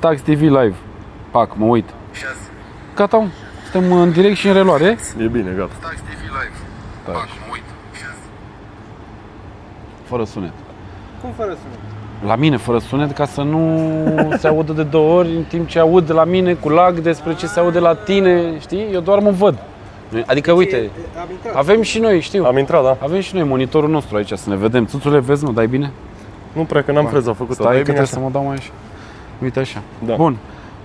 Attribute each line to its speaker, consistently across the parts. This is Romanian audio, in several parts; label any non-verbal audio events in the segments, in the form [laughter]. Speaker 1: Tax TV Live. Pac, mă uit. Gata, suntem în direct și în reluare. Da.
Speaker 2: E bine, gata.
Speaker 3: Tax TV Live.
Speaker 1: Taci.
Speaker 3: Pac, mă uit.
Speaker 1: Fără sunet.
Speaker 4: Cum fără sunet?
Speaker 1: La mine, fără sunet, ca să nu
Speaker 4: [laughs]
Speaker 1: se audă de două ori, în timp ce aud de la mine cu lag despre ce se aude la tine, știi? Eu doar mă văd. Noi- Adică, uite,
Speaker 4: E, Am intrat.
Speaker 1: avem și noi, știu.
Speaker 2: Am intrat, da.
Speaker 1: Avem și noi monitorul nostru aici să ne vedem. Tuțule, vezi, mă, dai bine?
Speaker 2: Nu prea că n-am freza făcută,
Speaker 1: Stai
Speaker 2: dar
Speaker 1: că
Speaker 2: e
Speaker 1: trebuie
Speaker 2: bine așa.
Speaker 1: să mă dau mai așa. Uite așa.
Speaker 2: Da.
Speaker 1: Bun.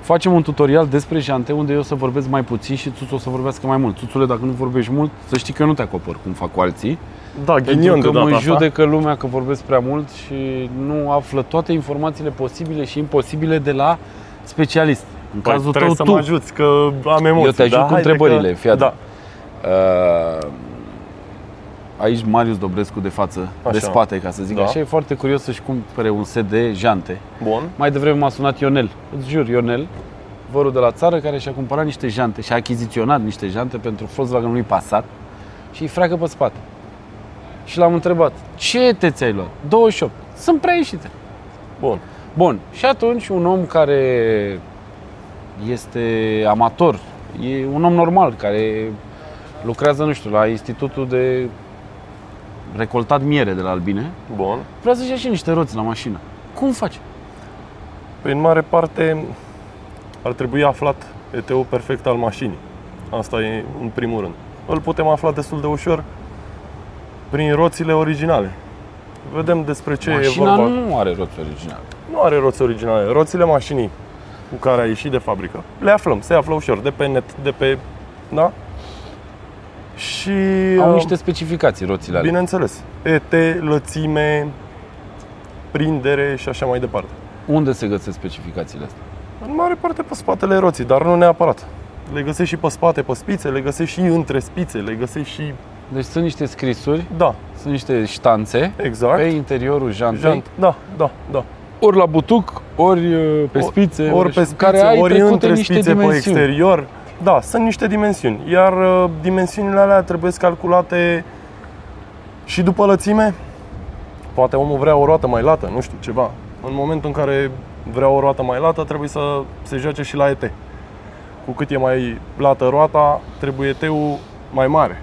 Speaker 1: Facem un tutorial despre jante unde eu o să vorbesc mai puțin și Tuțu o să vorbească mai mult. Tuțule, dacă nu vorbești mult, să știi că eu nu te acopăr cum fac cu alții.
Speaker 2: Da, ghinion de
Speaker 1: pentru că
Speaker 2: data
Speaker 1: mă
Speaker 2: asta.
Speaker 1: judecă lumea că vorbesc prea mult și nu află toate informațiile posibile și imposibile de la specialist. În
Speaker 2: Păi,
Speaker 1: cazul
Speaker 2: trebuie
Speaker 1: tău, tu.
Speaker 2: să mă ajuți, că am emoții.
Speaker 1: Eu te ajut
Speaker 2: da?
Speaker 1: cu
Speaker 2: Haide că-
Speaker 1: întrebările, fii atent.
Speaker 2: Da,
Speaker 1: Uh, aici Marius Dobrescu de față, de
Speaker 2: Așa.
Speaker 1: spate, ca să zic
Speaker 2: Da.
Speaker 1: așa, e foarte curios să-și cumpere un set de jante.
Speaker 2: bun.
Speaker 1: Mai devreme m-a sunat Ionel, îți jur, Ionel, vărul de la țară care și-a cumpărat niște jante și-a achiziționat niște jante pentru Volkswagen lui Passat și îi freacă pe spate. Și l-am întrebat, ce te ți-ai luat? 28. Sunt prea ieșite.
Speaker 2: Bun.
Speaker 1: Bun, și atunci un om care este amator, e un om normal care lucrează, nu știu, la institutul de recoltat miere de la Albine,
Speaker 2: Bun.
Speaker 1: vrea să-și ia și niște roți la mașină. Cum face?
Speaker 2: Prin mare parte ar trebui aflat ETO perfect al mașinii. Asta e în primul rând. Îl putem afla destul de ușor prin roțile originale. Vedem despre ce e
Speaker 1: Mașina
Speaker 2: vorba.
Speaker 1: nu are roți originale.
Speaker 2: nu are roți originale. Roțile mașinii cu care a ieșit de fabrică, le aflăm, se află ușor, de pe net, de pe... Da? Și...
Speaker 1: Au
Speaker 2: uh,
Speaker 1: niște specificații roțile alea.
Speaker 2: Bineînțeles. ET, lățime, prindere și așa mai departe.
Speaker 1: Unde se găsesc specificațiile astea?
Speaker 2: În mare parte pe spatele roții, dar nu neapărat. Le găsești și pe spate, pe spițe, le găsești și între spițe, le găsești și...
Speaker 1: Deci sunt niște scrisuri,
Speaker 2: Da,
Speaker 1: sunt niște ștanțe
Speaker 2: exact.
Speaker 1: pe interiorul jantei,
Speaker 2: Jant. Da, da, da.
Speaker 1: ori la butuc, ori uh, pe spițe,
Speaker 2: ori pe spițe,
Speaker 1: care ai
Speaker 2: ori
Speaker 1: trecute
Speaker 2: între
Speaker 1: niște
Speaker 2: spițe pe
Speaker 1: dimensiuni.
Speaker 2: exterior. Da, sunt niște dimensiuni, iar uh, dimensiunile alea trebuie calculate și după lățime. Poate omul vrea o roată mai lată, nu știu, ceva. În momentul în care vrea o roată mai lată, trebuie să se joace și la ET. Cu cât e mai lată roata, trebuie ET-ul mai mare,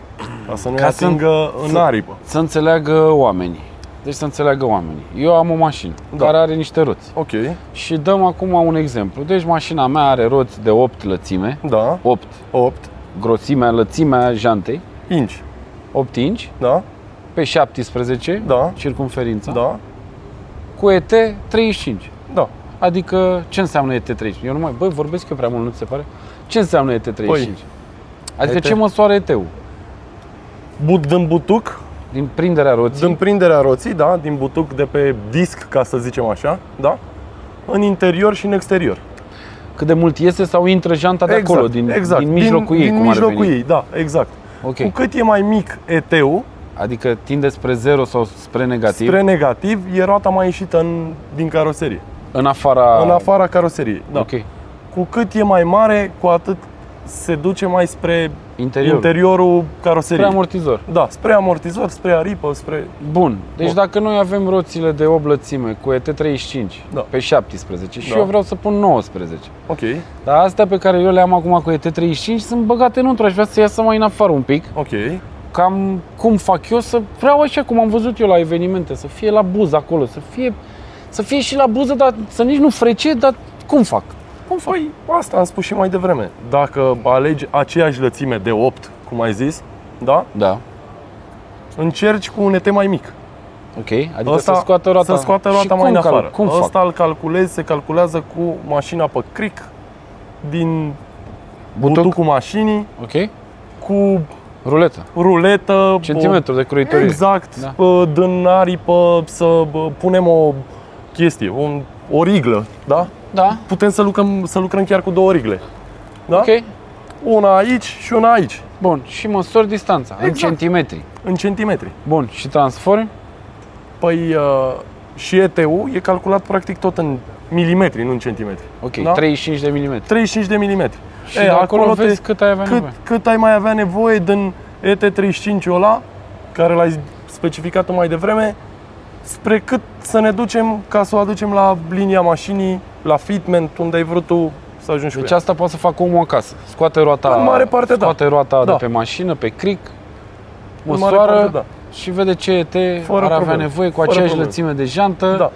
Speaker 2: ca să nu
Speaker 1: Ca
Speaker 2: ca
Speaker 1: să-
Speaker 2: atingă în
Speaker 1: să-
Speaker 2: aripă.
Speaker 1: Să înțeleagă oamenii. Deci să înțeleagă oamenii. Eu am o mașină
Speaker 2: Da.
Speaker 1: care are niște roți.
Speaker 2: Ok,
Speaker 1: Și dăm acum un exemplu. Deci mașina mea are roți de 8 lățime,
Speaker 2: da,
Speaker 1: 8
Speaker 2: 8
Speaker 1: grosimea, lățimea jantei,
Speaker 2: inci,
Speaker 1: 8 inci,
Speaker 2: da,
Speaker 1: pe 17,
Speaker 2: da,
Speaker 1: circumferința,
Speaker 2: da,
Speaker 1: cu ET 35.
Speaker 2: da.
Speaker 1: Adică ce înseamnă ET35? Eu nu mai, băi, vorbesc eu prea mult, nu ți se pare? Ce înseamnă ET35?
Speaker 2: Păi,
Speaker 1: adică
Speaker 2: ET.
Speaker 1: ce măsoară ET-ul?
Speaker 2: But dăm butuc,
Speaker 1: Din prinderea roții?
Speaker 2: Din prinderea roții, da, din butuc de pe disc, ca să zicem așa, da? În interior și în exterior.
Speaker 1: Cât de mult iese sau intră janta de acolo, din, Exact, din mijlocul ei,
Speaker 2: Exact,
Speaker 1: cum
Speaker 2: din
Speaker 1: ar
Speaker 2: mijlocul
Speaker 1: veni.
Speaker 2: ei, da, exact.
Speaker 1: Ok.
Speaker 2: Cu cât e mai mic ET-ul,
Speaker 1: Adică tinde spre zero sau spre negativ,
Speaker 2: spre negativ, e roata mai ieșită în, din caroserie,
Speaker 1: în afara...
Speaker 2: în afara caroseriei. Da.
Speaker 1: Ah. Ok.
Speaker 2: Cu cât e mai mare, cu atât se duce mai spre
Speaker 1: Interior.
Speaker 2: interiorul caroseriei.
Speaker 1: Spre amortizor.
Speaker 2: Da, spre amortizor, spre aripă, spre...
Speaker 1: Bun. Deci
Speaker 2: Bun.
Speaker 1: dacă noi avem roțile de 8 lățime cu ET35
Speaker 2: Da.
Speaker 1: pe 17 și
Speaker 2: Da.
Speaker 1: eu vreau să pun 19,
Speaker 2: Ok,
Speaker 1: dar astea pe care eu le am acum cu ET35 sunt băgate înăuntru, aș vrea să iasă mai în afară un pic.
Speaker 2: ok,
Speaker 1: cam cum fac eu să vreau așa cum am văzut eu la evenimente, să fie la buză acolo, să fie, să fie și la buză, dar să nici nu frece, dar cum fac?
Speaker 2: Cum faci? Păi, Asta am spus și mai devreme. Dacă alegi aceeași lățime de 8, cum ai zis, da?
Speaker 1: Da,
Speaker 2: Încerci cu un ET mai mic.
Speaker 1: ok, adică să scoată roata,
Speaker 2: să scoată
Speaker 1: și
Speaker 2: roata mai
Speaker 1: cum,
Speaker 2: în
Speaker 1: cal-
Speaker 2: afară.
Speaker 1: Cum fac?
Speaker 2: Asta îl calculezi, se calculează cu mașina pe cric, din
Speaker 1: Butuc?
Speaker 2: butucul mașinii,
Speaker 1: Ok,
Speaker 2: cu
Speaker 1: ruletă,
Speaker 2: ruletă,
Speaker 1: centimetru de
Speaker 2: o,
Speaker 1: croitorie.
Speaker 2: exact,
Speaker 1: Da.
Speaker 2: da. din aripă, să bă, punem o chestie, un, o riglă, da?
Speaker 1: Da,
Speaker 2: Putem să lucrăm, să lucrăm chiar cu două rigle. Da?
Speaker 1: ok,
Speaker 2: Una aici și una aici,
Speaker 1: bun, și măsori distanța în
Speaker 2: Exact.
Speaker 1: centimetri.
Speaker 2: în centimetri.
Speaker 1: Bun, și transform,
Speaker 2: Păi uh, și ETU e calculat practic tot în milimetri, nu în centimetri.
Speaker 1: ok,
Speaker 2: Da.
Speaker 1: 35 de milimetri.
Speaker 2: 35 de milimetri.
Speaker 1: Și de acolo, vezi cât ai avea
Speaker 2: cât,
Speaker 1: nevoie.
Speaker 2: cât ai mai avea nevoie din ET35 ăla, care l-ai specificat mai devreme, spre cât să ne ducem ca să o aducem la linia mașinii la fitment, unde ai vrut tu să ajungi
Speaker 1: Deci
Speaker 2: cu ea.
Speaker 1: asta poate să facă omul acasă. Scoate roata,
Speaker 2: În mare parte, da.
Speaker 1: scoate roata
Speaker 2: Da.
Speaker 1: de pe mașină, pe cric,
Speaker 2: În mare
Speaker 1: măsoară
Speaker 2: parte, da.
Speaker 1: și vede ce ET
Speaker 2: Fără
Speaker 1: ar avea
Speaker 2: probleme.
Speaker 1: nevoie cu
Speaker 2: Fără
Speaker 1: aceeași
Speaker 2: probleme.
Speaker 1: lățime de jantă,
Speaker 2: Da.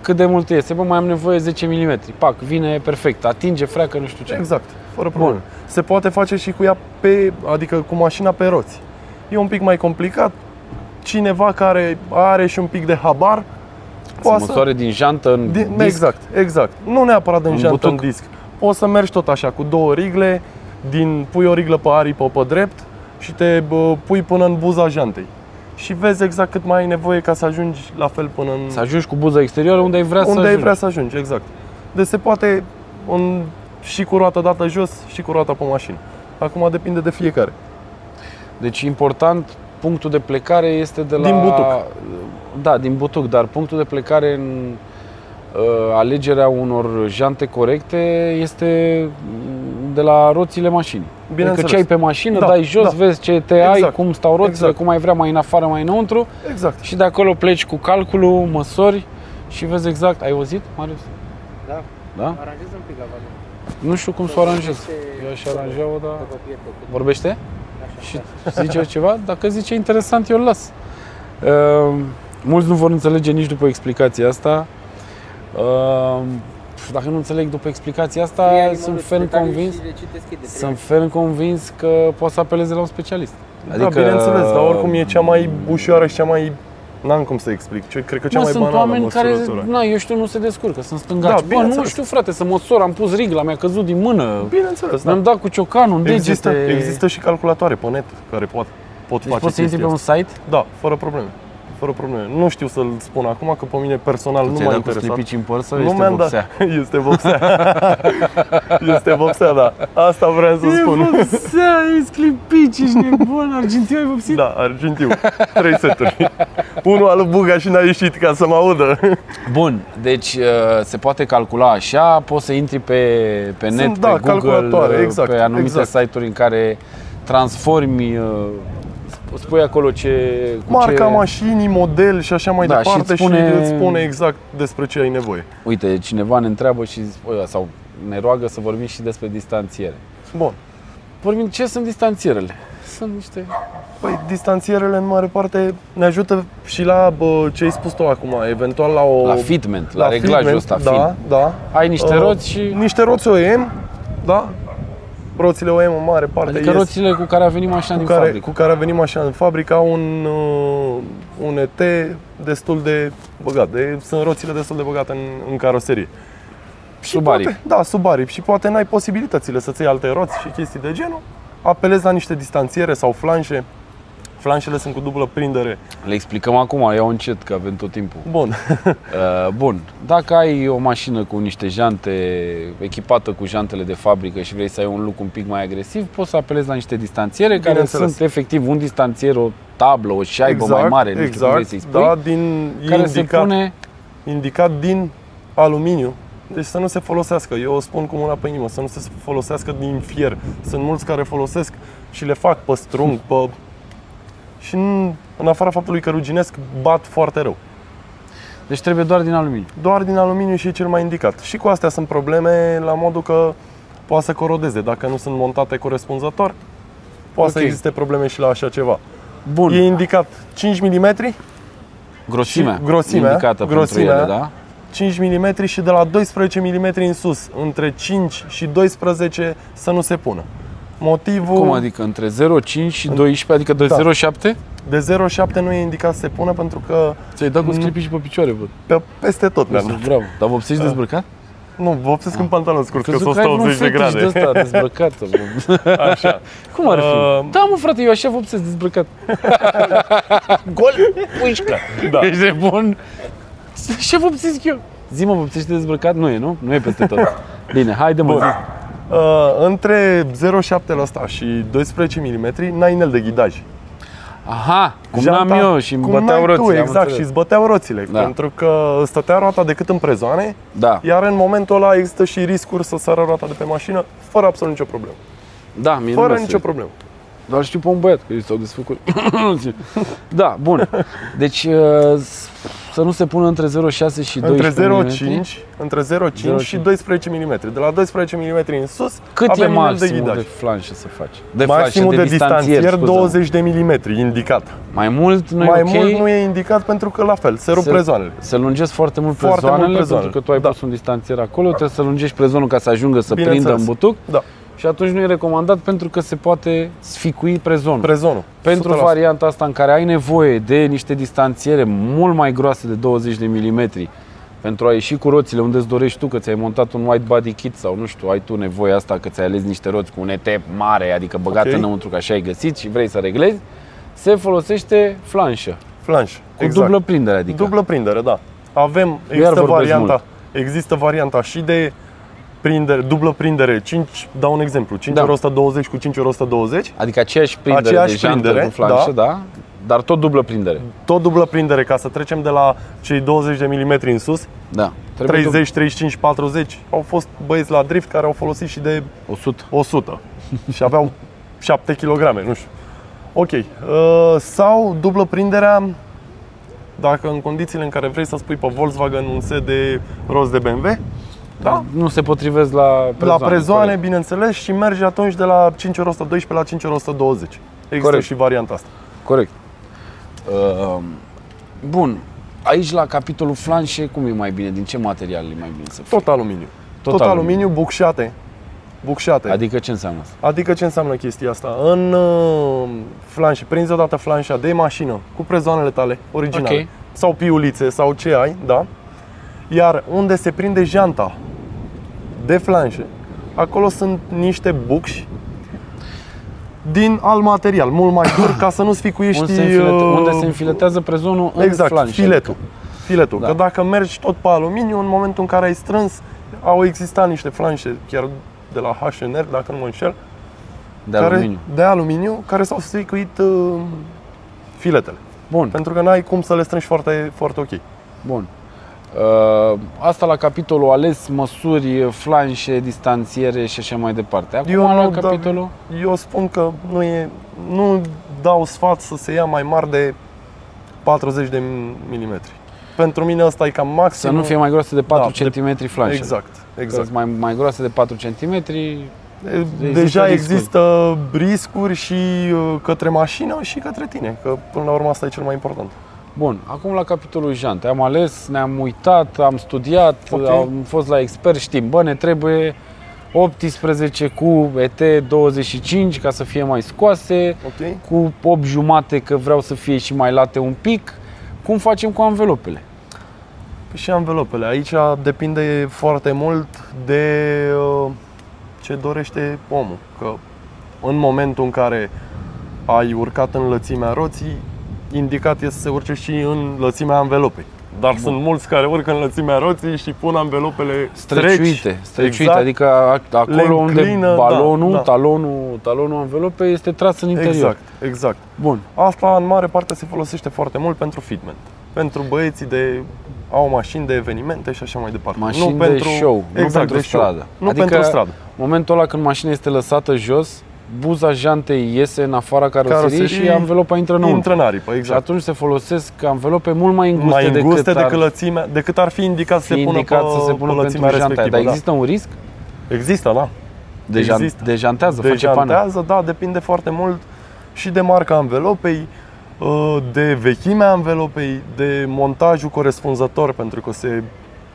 Speaker 1: cât de mult este. Bă, mai am nevoie 10 mm. Pac, vine perfect, atinge, freacă, nu știu ce.
Speaker 2: Exact, fără probleme. Se poate face și cu ea pe, adică cu mașina pe roți. E un pic mai complicat. Cineva care are și un pic de habar
Speaker 1: Să
Speaker 2: poate să...
Speaker 1: măsoare din jantă în
Speaker 2: Din,
Speaker 1: disc.
Speaker 2: Exact, exact. Nu neapărat în
Speaker 1: În
Speaker 2: jantă, în
Speaker 1: butuc.
Speaker 2: disc. Poți să mergi tot așa, cu două rigle, din, pui o riglă pe aripă pe drept și te bă, pui până în buza jantei. Și vezi exact cât mai ai nevoie ca să ajungi la fel până în...
Speaker 1: Să ajungi cu buza exterioară unde ai vrea să
Speaker 2: unde ai
Speaker 1: ajungi.
Speaker 2: vrea să ajungi, exact. Deci se poate în, și cu roata dată jos și cu roata pe mașină. Acum depinde de fiecare.
Speaker 1: Deci important, punctul de plecare este de la...
Speaker 2: Din butuc.
Speaker 1: Da, din butuc, dar punctul de plecare în uh, alegerea unor jante corecte este mm, de la roțile mașinii. Adică
Speaker 2: Bineînțeles.
Speaker 1: ce ai pe mașină,
Speaker 2: Da,
Speaker 1: dai jos,
Speaker 2: da.
Speaker 1: vezi ce te ai,
Speaker 2: Exact.
Speaker 1: cum stau roțile,
Speaker 2: Exact.
Speaker 1: cum ai vrea mai în afară, mai înăuntru
Speaker 2: Exact.
Speaker 1: și de acolo pleci cu calculul, măsori și vezi exact. Ai auzit, Marius?
Speaker 3: Da,
Speaker 1: Da?
Speaker 3: aranjez un pic avionul.
Speaker 1: Nu știu cum să o aranjez. Eu aș aranja-o, dar...
Speaker 3: Că vă pierde cu
Speaker 1: Vorbește?
Speaker 3: așa.
Speaker 1: și zice ceva, dacă zice interesant, eu îl las. Uh, mulți nu vor înțelege nici după explicația asta. Uh, pf, dacă nu înțeleg după explicația
Speaker 3: Scrie
Speaker 1: asta,
Speaker 3: animalul
Speaker 1: da, sunt
Speaker 3: pe
Speaker 1: ferm
Speaker 3: detaliu
Speaker 1: convins,
Speaker 3: și le citesc ei de trei
Speaker 1: sunt ferm convins că poți să apeleze la un specialist.
Speaker 2: Adică... Da, bineînțeles, dar oricum e cea mai ușoară și cea mai... N-am cum să explic. Ce, cred că cea
Speaker 1: Mă,
Speaker 2: mai
Speaker 1: sunt
Speaker 2: banală
Speaker 1: oameni care,
Speaker 2: măsurătură. Da,
Speaker 1: na, eu știu, nu se descurcă, sunt stângați. Bă, nu
Speaker 2: bineînțeles.
Speaker 1: știu, frate, să măsor, am pus rigla, mi-a căzut din mână,
Speaker 2: Bineînțeles, da.
Speaker 1: mi-am dat cu ciocanul în degete.
Speaker 2: Există, există și calculatoare pe net care pot, pot
Speaker 1: deci
Speaker 2: face
Speaker 1: poți să intri pe
Speaker 2: chestia
Speaker 1: un
Speaker 2: asta.
Speaker 1: site,
Speaker 2: Da, fără probleme. Fără probleme. Nu știu să-l spun acum, că pe mine personal nu
Speaker 1: ți-ai
Speaker 2: m-a
Speaker 1: dat cu
Speaker 2: interesat.
Speaker 1: slipici în păr sau
Speaker 2: Nu
Speaker 1: este
Speaker 2: mi-am dat.
Speaker 1: vopsea?
Speaker 2: da. [laughs] Este vopsea. [laughs] este vopsea, da. Asta vreau să spun.
Speaker 1: vopsea, e sclipici, ești nebun, Argentina ai vopsit?
Speaker 2: Da, argintiu. Trei [laughs] seturi. Unul al lui Buga și n-a ieșit ca să mă audă.
Speaker 1: Bun, deci uh, se poate calcula așa, poți să intri pe, pe net,
Speaker 2: da,
Speaker 1: pe Google,
Speaker 2: calculatoare,
Speaker 1: uh,
Speaker 2: exact,
Speaker 1: pe anumite
Speaker 2: exact.
Speaker 1: site-uri în care transformi, uh, sp- spui acolo ce... Cu
Speaker 2: Marca
Speaker 1: ce...
Speaker 2: mașinii, model și așa mai
Speaker 1: Da, și
Speaker 2: departe
Speaker 1: îți
Speaker 2: și,
Speaker 1: spune-
Speaker 2: îți spune exact despre ce ai nevoie.
Speaker 1: Uite, cineva ne întreabă și zi- oi, sau ne roagă să vorbim și despre distanțiere.
Speaker 2: Bun.
Speaker 1: Vorbim, ce sunt distanțierele? Sunt niște...
Speaker 2: Păi, distanțierele, în mare parte, ne ajută și la bă, ce ai spus tu acum, eventual la o...
Speaker 1: La fitment, la, reglajul
Speaker 2: fitment,
Speaker 1: ăsta
Speaker 2: Da,
Speaker 1: fin.
Speaker 2: da.
Speaker 1: Ai niște
Speaker 2: Uh,
Speaker 1: roți și...
Speaker 2: Niște roți OEM, da? Roțile OEM în mare parte
Speaker 1: Adică
Speaker 2: ies
Speaker 1: roțile cu care a venit mașina
Speaker 2: cu
Speaker 1: din
Speaker 2: care,
Speaker 1: fabrică.
Speaker 2: cu care venim așa în fabrică au un, uh, un ET destul de băgat. De, sunt roțile destul de băgate în, în caroserie. Și
Speaker 1: Sub
Speaker 2: poate-
Speaker 1: aripi.
Speaker 2: Da, sub aripi. Și poate n-ai posibilitățile să-ți iei alte roți și chestii de genul. Apelezi la niște distanțiere sau flanșe. Flanșele sunt cu dublă prindere.
Speaker 1: Le explicăm acum, iau încet că avem tot timpul.
Speaker 2: Bun.
Speaker 1: Uh, Bun, dacă ai o mașină cu niște jante echipată cu jantele de fabrică și vrei să ai un look un pic mai agresiv, poți să apelezi la niște distanțiere care
Speaker 2: Bineînțeles.
Speaker 1: sunt efectiv un distanțier, o tablă, o șaibă mai mare, nu știu cum vrei
Speaker 2: exact,
Speaker 1: să-i spui,
Speaker 2: da, din
Speaker 1: care se
Speaker 2: indicat,
Speaker 1: pune
Speaker 2: indicat din aluminiu. Deci să nu se folosească, eu o spun cu mâna pe inimă, să nu se folosească din fier. Sunt mulți care folosesc și le fac pe strung, pe... Și în, în afara faptului că ruginesc, bat foarte rău.
Speaker 1: deci trebuie doar din aluminiu.
Speaker 2: Doar din aluminiu și e cel mai indicat. Și cu astea sunt probleme la modul că poate să corodeze. Dacă nu sunt montate corespunzător, poate să
Speaker 1: Ok.
Speaker 2: existe probleme și la așa ceva.
Speaker 1: Bun,
Speaker 2: E indicat 5 mm,
Speaker 1: grosimea,
Speaker 2: și grosimea,
Speaker 1: indicată
Speaker 2: grosimea.
Speaker 1: pentru ele, da?
Speaker 2: 5 mm și de la 12 mm în sus, între 5 și 12 să nu se pună. Motivul
Speaker 1: Cum adică între 0,5 și 12, adică de
Speaker 2: Da.
Speaker 1: 0,7?
Speaker 2: de 0,7 nu e indicat să se pună pentru că
Speaker 1: Ți-ai dat cu
Speaker 2: Mm. Da.
Speaker 1: sclipici pe picioare, văd.
Speaker 2: pe, peste tot mi-am dat.
Speaker 1: Bravo. Dar vopsești
Speaker 2: Da.
Speaker 1: dezbrăcat?
Speaker 2: Nu, vopsesc
Speaker 1: Ah.
Speaker 2: în pantalon scurt, că
Speaker 1: Crezut ai
Speaker 2: sunt
Speaker 1: vreun
Speaker 2: 180 de
Speaker 1: fetiș
Speaker 2: grade.
Speaker 1: de ăsta dezbrăcat. bă.
Speaker 2: Așa.
Speaker 1: Cum ar fi?
Speaker 2: Uh,
Speaker 1: Da, mă, frate, eu așa vopsesc dezbrăcat. Gol, pușcă.
Speaker 2: Da.
Speaker 1: Ești nebun? Ce vopsesc eu? Zi, mă, vopsește dezbrăcat? Nu e, nu? Nu e peste tot. Bine, haide, mă,
Speaker 2: Bun.
Speaker 1: zi.
Speaker 2: [laughs] Uh, între 0,7 la asta și 12 mm n-ai inel de ghidaj.
Speaker 1: Aha, cum
Speaker 2: Janta-
Speaker 1: n-am eu și îmi
Speaker 2: cum
Speaker 1: băteau
Speaker 2: n-ai
Speaker 1: roțile.
Speaker 2: tu,
Speaker 1: am
Speaker 2: exact, și
Speaker 1: înțeles.
Speaker 2: îți băteau roțile,
Speaker 1: Da.
Speaker 2: pentru că stătea roata decât în prezoane
Speaker 1: Da,
Speaker 2: Iar în momentul ăla există și riscuri să sară roata de pe mașină fără absolut nicio problemă.
Speaker 1: da, mie nu
Speaker 2: Fără
Speaker 1: mi-e
Speaker 2: nicio
Speaker 1: frică.
Speaker 2: problemă.
Speaker 1: Doar
Speaker 2: [laughs]
Speaker 1: știu pe un băiat că i s-au desfăcut. da, bun. Deci, uh, s- să nu se pună între 0,6 și 12
Speaker 2: Între
Speaker 1: mm.
Speaker 2: 0,5, între 0,5 și 12 mm. De la 12 mm în sus
Speaker 1: Cât
Speaker 2: avem
Speaker 1: e
Speaker 2: nivel
Speaker 1: maximul de,
Speaker 2: ghidaj.
Speaker 1: de flanșă să faci? De
Speaker 2: Maximul
Speaker 1: flanșă,
Speaker 2: de,
Speaker 1: distanțieri,
Speaker 2: distanțier
Speaker 1: scuze-mă.
Speaker 2: 20 de mm indicat.
Speaker 1: Mai mult nu
Speaker 2: Mai
Speaker 1: e ok.
Speaker 2: mult nu e indicat pentru că la fel, se rup
Speaker 1: Se-
Speaker 2: prezoanele.
Speaker 1: Să lungesc foarte mult
Speaker 2: Foarte
Speaker 1: prezoanele,
Speaker 2: mult prezoanele.
Speaker 1: pentru că tu ai
Speaker 2: Da.
Speaker 1: pus un distanțier acolo, trebuie să lungești prezonul ca să ajungă să prindă
Speaker 2: Bineînțeles.
Speaker 1: în butuc
Speaker 2: Da,
Speaker 1: și atunci nu e recomandat pentru că se poate sficui prezonul.
Speaker 2: prezonul.
Speaker 1: pentru
Speaker 2: 100%.
Speaker 1: varianta asta în care ai nevoie de niște distanțiere mult mai groase de 20 de milimetri pentru a ieși cu roțile unde îți dorești tu, că ți-ai montat un white body kit sau nu știu, ai tu nevoie asta că ți-ai ales niște roți cu un ET mare, adică băgat
Speaker 2: Ok.
Speaker 1: okay. înăuntru că așa ai găsit și vrei să reglezi, se folosește flanșă,
Speaker 2: flanș.
Speaker 1: cu dublă prindere, adică.
Speaker 2: Exact. Dublă prindere, da. Avem, există
Speaker 1: vorbesc
Speaker 2: varianta,
Speaker 1: mult.
Speaker 2: există varianta și de prindere, dublă prindere, 5, dau un exemplu, 5
Speaker 1: Da.
Speaker 2: ori 120 cu 5 ori 120,
Speaker 1: Adică aceeași prindere
Speaker 2: Aceeași
Speaker 1: de jantă
Speaker 2: prindere,
Speaker 1: cu flanșă, da. da, dar tot dublă prindere.
Speaker 2: tot dublă prindere, ca să trecem de la cei 20 de mm în sus,
Speaker 1: Da. Trebuie
Speaker 2: 30, 35, 40, au fost băieți la drift care au folosit și de
Speaker 1: dub- 100.
Speaker 2: 100 [laughs] și aveau 7 kg, nu știu. Ok, uh, sau dublă prinderea dacă în condițiile în care vrei să spui pe Volkswagen un set de roz de BMW, da?
Speaker 1: Nu se potrivesc la prezoane.
Speaker 2: la prezoane,
Speaker 1: corect.
Speaker 2: bineînțeles, și merge atunci de la 5112 la 5120. Există
Speaker 1: Corect.
Speaker 2: și varianta asta.
Speaker 1: Corect. Uh, Bun. Aici, la capitolul flanșe, cum e mai bine? Din ce material e mai bine să fie?
Speaker 2: Tot aluminiu. Tot, Tot aluminiu, bucșate. Bucșate. Adică,
Speaker 1: Adică ce înseamnă asta?
Speaker 2: adică ce înseamnă chestia asta? În uh, flanșe, prinzi odată flanșa de mașină cu prezoanele tale originale.
Speaker 1: Ok.
Speaker 2: Sau piulițe sau ce ai, da? Iar unde se prinde janta de flanșe, acolo sunt niște bucși din alt material, mult mai dur, ca să nu-ți ficuiești
Speaker 1: Unde se, înfilet,
Speaker 2: uh,
Speaker 1: unde se înfiletează prezonul
Speaker 2: Exact,
Speaker 1: în flanșe.
Speaker 2: filetul. Filetul,
Speaker 1: Da.
Speaker 2: că dacă mergi tot pe aluminiu, în momentul în care ai strâns, au existat niște flanșe chiar de la H&R, dacă nu mă înșel,
Speaker 1: De
Speaker 2: care,
Speaker 1: aluminiu.
Speaker 2: de aluminiu, care s-au stricuit uh, filetele.
Speaker 1: Bun,
Speaker 2: Pentru că n-ai cum să le strângi foarte, foarte ok.
Speaker 1: bun. Uh, asta la capitolul ales măsuri, flanșe, distanțiere și așa mai departe. Acum
Speaker 2: Eu
Speaker 1: la
Speaker 2: nu, da. David.
Speaker 1: capitolul...
Speaker 2: Eu spun că nu, e, nu dau sfat să se ia mai mari de 40 de milimetri. Pentru mine asta e cam maxim.
Speaker 1: Să nu fie mai groase de 4
Speaker 2: Da, de-
Speaker 1: cm flanșe.
Speaker 2: Exact,
Speaker 1: Exact.
Speaker 2: exact.
Speaker 1: Mai, mai groase de 4 cm,
Speaker 2: Deja
Speaker 1: riscuri.
Speaker 2: există riscuri și uh, către mașină și către tine, că până la urmă asta e cel mai important.
Speaker 1: Bun, acum la capitolul jante. Am ales, ne-am uitat, am studiat,
Speaker 2: Ok.
Speaker 1: am fost la expert, știm, bă, ne trebuie 18 cu ET 25 ca să fie mai scoase,
Speaker 2: Ok?
Speaker 1: cu 8 jumate că vreau să fie și mai late un pic. Cum facem cu anvelopele?
Speaker 2: Păi Și anvelopele. Aici depinde foarte mult de uh, ce dorește omul. Că în momentul în care ai urcat în lățimea roții, indicat este să se urce și în lățimea anvelopei. Dar sunt mulți care urcă în lățimea roții și pun anvelopele
Speaker 1: Străciuite,
Speaker 2: treci.
Speaker 1: străciuite,
Speaker 2: Exact.
Speaker 1: adică a-
Speaker 2: Le
Speaker 1: acolo unde
Speaker 2: înclină, da,
Speaker 1: balonul,
Speaker 2: da.
Speaker 1: talonul, talonul anvelopei este tras în interior.
Speaker 2: Exact, exact.
Speaker 1: Bun,
Speaker 2: Asta în mare parte se folosește foarte mult pentru fitment. Pentru băieții de au mașini de evenimente și așa mai departe.
Speaker 1: Mașini
Speaker 2: nu
Speaker 1: de
Speaker 2: pentru,
Speaker 1: show, nu
Speaker 2: exact,
Speaker 1: pentru
Speaker 2: de show.
Speaker 1: stradă.
Speaker 2: Nu
Speaker 1: Adică-
Speaker 2: pentru stradă.
Speaker 1: momentul ăla când mașina este lăsată jos, buza jantei iese în afara caroseriei și
Speaker 2: Caroserii
Speaker 1: anvelopa intră înăuntru.
Speaker 2: Intră în aripă,
Speaker 1: Și
Speaker 2: exact.
Speaker 1: atunci se folosesc anvelope mult mai înguste,
Speaker 2: mai înguste
Speaker 1: decât,
Speaker 2: decât,
Speaker 1: ar
Speaker 2: lățimea, decât ar fi indicat să
Speaker 1: fi
Speaker 2: se pună
Speaker 1: indicat
Speaker 2: pe,
Speaker 1: să se pună
Speaker 2: pe
Speaker 1: pentru
Speaker 2: lățimea
Speaker 1: jantea.
Speaker 2: respectivă.
Speaker 1: Dar
Speaker 2: da.
Speaker 1: există un risc?
Speaker 2: Există, da.
Speaker 1: De,
Speaker 2: Există.
Speaker 1: jan- de jantează,
Speaker 2: de
Speaker 1: face pană.
Speaker 2: jantează, da, depinde foarte mult și de marca anvelopei, uh, de vechimea anvelopei, de montajul corespunzător, pentru că se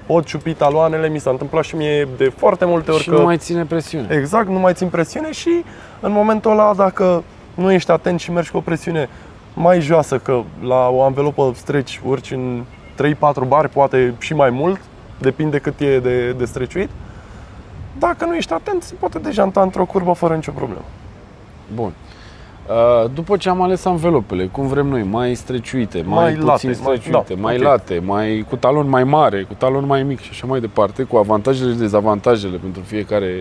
Speaker 2: pot ciupi taloanele, mi s-a întâmplat și mie de foarte multe ori
Speaker 1: Și
Speaker 2: că
Speaker 1: nu mai ține presiune.
Speaker 2: exact, nu mai țin presiune și în momentul ăla dacă nu ești atent și mergi cu o presiune mai joasă, că la o anvelopă streci, urci în 3-4 bari, poate și mai mult, depinde cât e de, de streciuit, dacă nu ești atent, se poate dejanta într-o curbă fără nicio problemă.
Speaker 1: Bun. Uh, După ce am ales anvelopele, cum vrem noi, mai streciuite, mai,
Speaker 2: Mai late,
Speaker 1: puțin
Speaker 2: mai-
Speaker 1: streciuite, mai,
Speaker 2: da, ok.
Speaker 1: late, mai cu talon mai mare, cu talon mai mic și așa mai departe, cu avantajele și dezavantajele pentru fiecare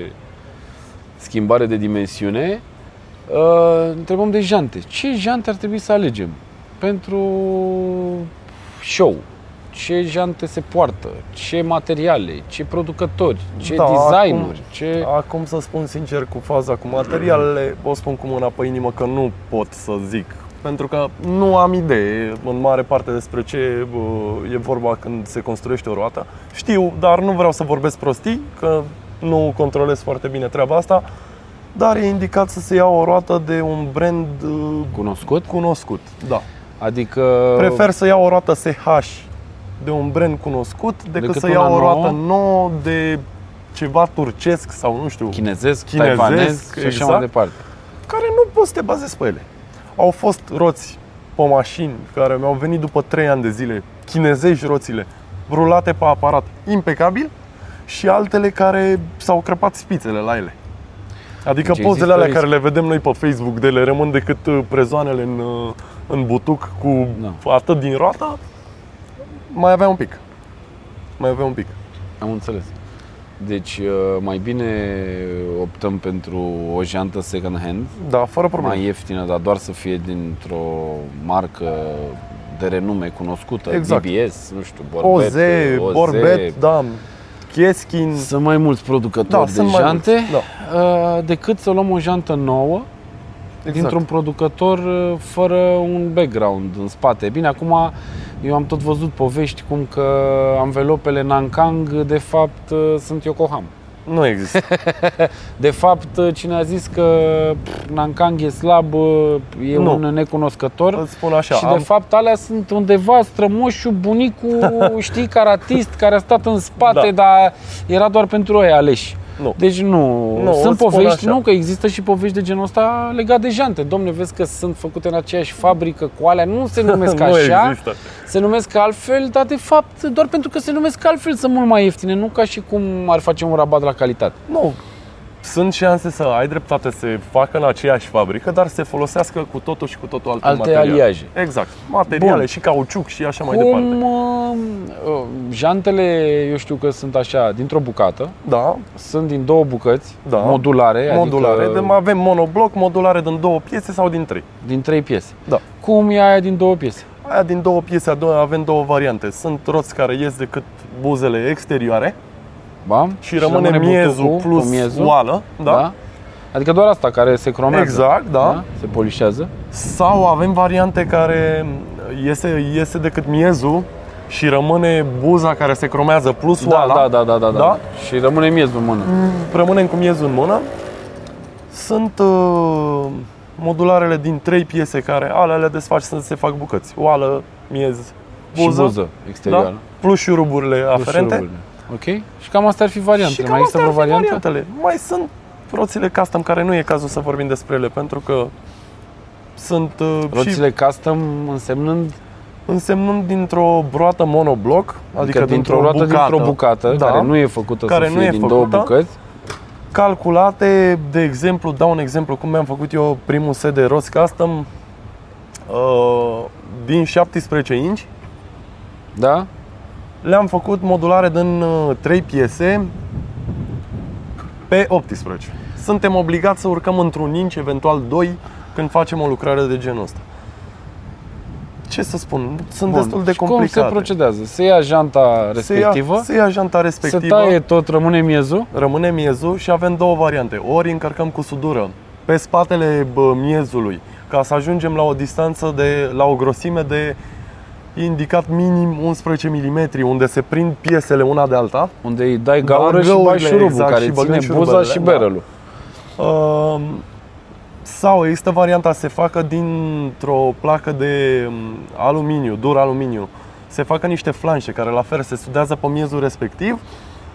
Speaker 1: schimbare de dimensiune, uh, întrebăm de jante. Ce jante ar trebui să alegem pentru show? Ce jante se poartă? Ce materiale? Ce producători? Ce
Speaker 2: Da,
Speaker 1: designuri?
Speaker 2: acum-
Speaker 1: Ce...
Speaker 2: Acum să spun sincer cu faza cu materialele, o spun cu mâna pe inimă că nu pot să zic pentru că nu am idee în mare parte despre ce bă, e vorba când se construiește o roată. Știu, dar nu vreau să vorbesc prostii, că nu controlez foarte bine treaba asta, dar e indicat să se ia o roată de un brand uh,
Speaker 1: Cunoscut?
Speaker 2: cunoscut.
Speaker 1: Uh.
Speaker 2: Da.
Speaker 1: Adică...
Speaker 2: Prefer să iau o roată SH de un brand cunoscut decât,
Speaker 1: Decât
Speaker 2: să
Speaker 1: una
Speaker 2: iau o
Speaker 1: nouă?
Speaker 2: roată nouă de ceva turcesc sau nu știu,
Speaker 1: Chinezesc,
Speaker 2: Chinezesc,
Speaker 1: chinezesc taiwanez și așa
Speaker 2: exact.
Speaker 1: mai departe.
Speaker 2: care nu poți să te bazezi pe ele. Au fost roți pe mașini care mi-au venit după 3 ani de zile, chinezești roțile, rulate pe aparat, impecabil, și altele care s-au crăpat spițele la ele. Adică
Speaker 1: Deci
Speaker 2: pozele
Speaker 1: există
Speaker 2: alea
Speaker 1: risc.
Speaker 2: care le vedem noi pe Facebook, de ele rămân decât uh, prezoanele în, uh, în butuc cu
Speaker 1: Da.
Speaker 2: atât din roata, mai avea un pic. Mai avea un pic.
Speaker 1: Am înțeles. Deci uh, mai bine optăm pentru o jantă second hand,
Speaker 2: Da, fără probleme.
Speaker 1: mai ieftină, dar doar să fie dintr-o marcă de renume cunoscută,
Speaker 2: Exact.
Speaker 1: DBS, nu știu, Borbet, Exact.
Speaker 2: OZ, Borbet, da, Chieschin,
Speaker 1: Sunt mai mulți producători
Speaker 2: Da,
Speaker 1: de
Speaker 2: sunt mai mulți, da.
Speaker 1: jante uh, decât să luăm o jantă nouă Exact. dintr-un producător uh, fără un background în spate. Bine, acum eu am tot văzut povești cum că anvelopele Nankang de fapt uh, sunt Yokohama.
Speaker 2: Nu există.
Speaker 1: De fapt, uh, cine a zis că pf, Nankang e slab, uh, e
Speaker 2: Nu.
Speaker 1: un necunoscător.
Speaker 2: Îți spun așa,
Speaker 1: și
Speaker 2: am,
Speaker 1: de fapt alea sunt undeva strămoșul,
Speaker 2: [laughs]
Speaker 1: bunicul, știi, caratist care a stat în spate,
Speaker 2: Da.
Speaker 1: dar era doar pentru ei aleși.
Speaker 2: Nu.
Speaker 1: Deci nu,
Speaker 2: Nu,
Speaker 1: sunt
Speaker 2: îți spun
Speaker 1: povești,
Speaker 2: așa.
Speaker 1: nu, că există și povești de genul ăsta legat de jante. Domne, vezi că sunt făcute în aceeași fabrică cu alea, nu
Speaker 2: [laughs]
Speaker 1: se numesc
Speaker 2: nu
Speaker 1: așa,
Speaker 2: există.
Speaker 1: se numesc altfel, dar de fapt doar pentru că se numesc altfel sunt mult mai ieftine, nu ca și cum ar face un rabat la calitate.
Speaker 2: Nu. Sunt șanse să ai dreptate să se facă în aceeași fabrică, dar să se folosească cu totul și cu totul alte,
Speaker 1: Alte
Speaker 2: materiale.
Speaker 1: aliaje.
Speaker 2: Exact. Materiale
Speaker 1: Bun.
Speaker 2: și cauciuc și așa mai
Speaker 1: Cum
Speaker 2: departe.
Speaker 1: uh, uh, jantele, eu știu că sunt așa, dintr-o bucată,
Speaker 2: Da,
Speaker 1: sunt din două bucăți
Speaker 2: Da.
Speaker 1: modulare,
Speaker 2: modulare.
Speaker 1: adică
Speaker 2: Adică... Avem monobloc, modulare din două piese sau din trei.
Speaker 1: din trei piese.
Speaker 2: Da.
Speaker 1: Cum e aia din două piese?
Speaker 2: Aia din două piese, a doua, avem două variante. Sunt roți care ies decât buzele exterioare
Speaker 1: Ba?
Speaker 2: și, rămâne, miezul
Speaker 1: butucul cu
Speaker 2: plus oală. Da?
Speaker 1: Adică doar asta care se cromează.
Speaker 2: Exact, da.
Speaker 1: da? Se polișează.
Speaker 2: Sau avem variante care iese, iese decât miezul și rămâne buza care se cromează plus oala.
Speaker 1: Da, da, da, da, da,
Speaker 2: Da?
Speaker 1: Și rămâne miezul în mână.
Speaker 2: Rămânem cu miezul în mână. Sunt uh, modularele din trei piese care alea le desfaci să se fac bucăți. Oală, miez, buză.
Speaker 1: Și buză exterioară.
Speaker 2: da? Plus șuruburile
Speaker 1: Plus
Speaker 2: aferente.
Speaker 1: șuruburile. Ok? Și cam asta ar fi variantele.
Speaker 2: Și cam
Speaker 1: Mai există
Speaker 2: astea
Speaker 1: vreo
Speaker 2: ar fi
Speaker 1: variantă?
Speaker 2: variantele. Mai sunt roțile custom care nu e cazul să vorbim despre ele pentru că sunt uh, și
Speaker 1: Roțile custom însemnând adică
Speaker 2: însemnând dintr-o broată monobloc, adică,
Speaker 1: adică dintr-o roată,
Speaker 2: bucată,
Speaker 1: dintr-o bucată,
Speaker 2: da,
Speaker 1: care nu e făcută
Speaker 2: Care
Speaker 1: să
Speaker 2: nu
Speaker 1: fie
Speaker 2: e
Speaker 1: din două
Speaker 2: făcută.
Speaker 1: bucăți.
Speaker 2: calculate, de exemplu, dau un exemplu cum mi-am făcut eu primul set de ROS Custom uh, din 17 inci,
Speaker 1: Da?
Speaker 2: le-am făcut modulare din 3 piese pe 18. Suntem obligați să urcăm într-un inci, eventual 2, când facem o lucrare de genul ăsta. Ce să spun, sunt
Speaker 1: Bun.
Speaker 2: destul de
Speaker 1: Și cum se
Speaker 2: complicate.
Speaker 1: procedează? Se ia janta respectivă,
Speaker 2: Se ia, se ia janta
Speaker 1: se
Speaker 2: respectivă.
Speaker 1: taie tot, rămâne miezul.
Speaker 2: rămâne miezul și avem două variante. Ori încărcăm cu sudură pe spatele bă, miezului, ca să ajungem la o distanță de la o grosime de indicat minim 11 mm, unde se prind piesele una de alta.
Speaker 1: Unde îi dai gaură și
Speaker 2: găurile,
Speaker 1: bagi șurubul
Speaker 2: exact,
Speaker 1: care
Speaker 2: și băgăm
Speaker 1: ține
Speaker 2: șurubele,
Speaker 1: buza și
Speaker 2: da.
Speaker 1: berălul.
Speaker 2: Ehm, Sau există varianta se facă dintr-o placă de m, aluminiu, dur aluminiu. Se facă niște flanșe care la fel se sudează pe miezul respectiv.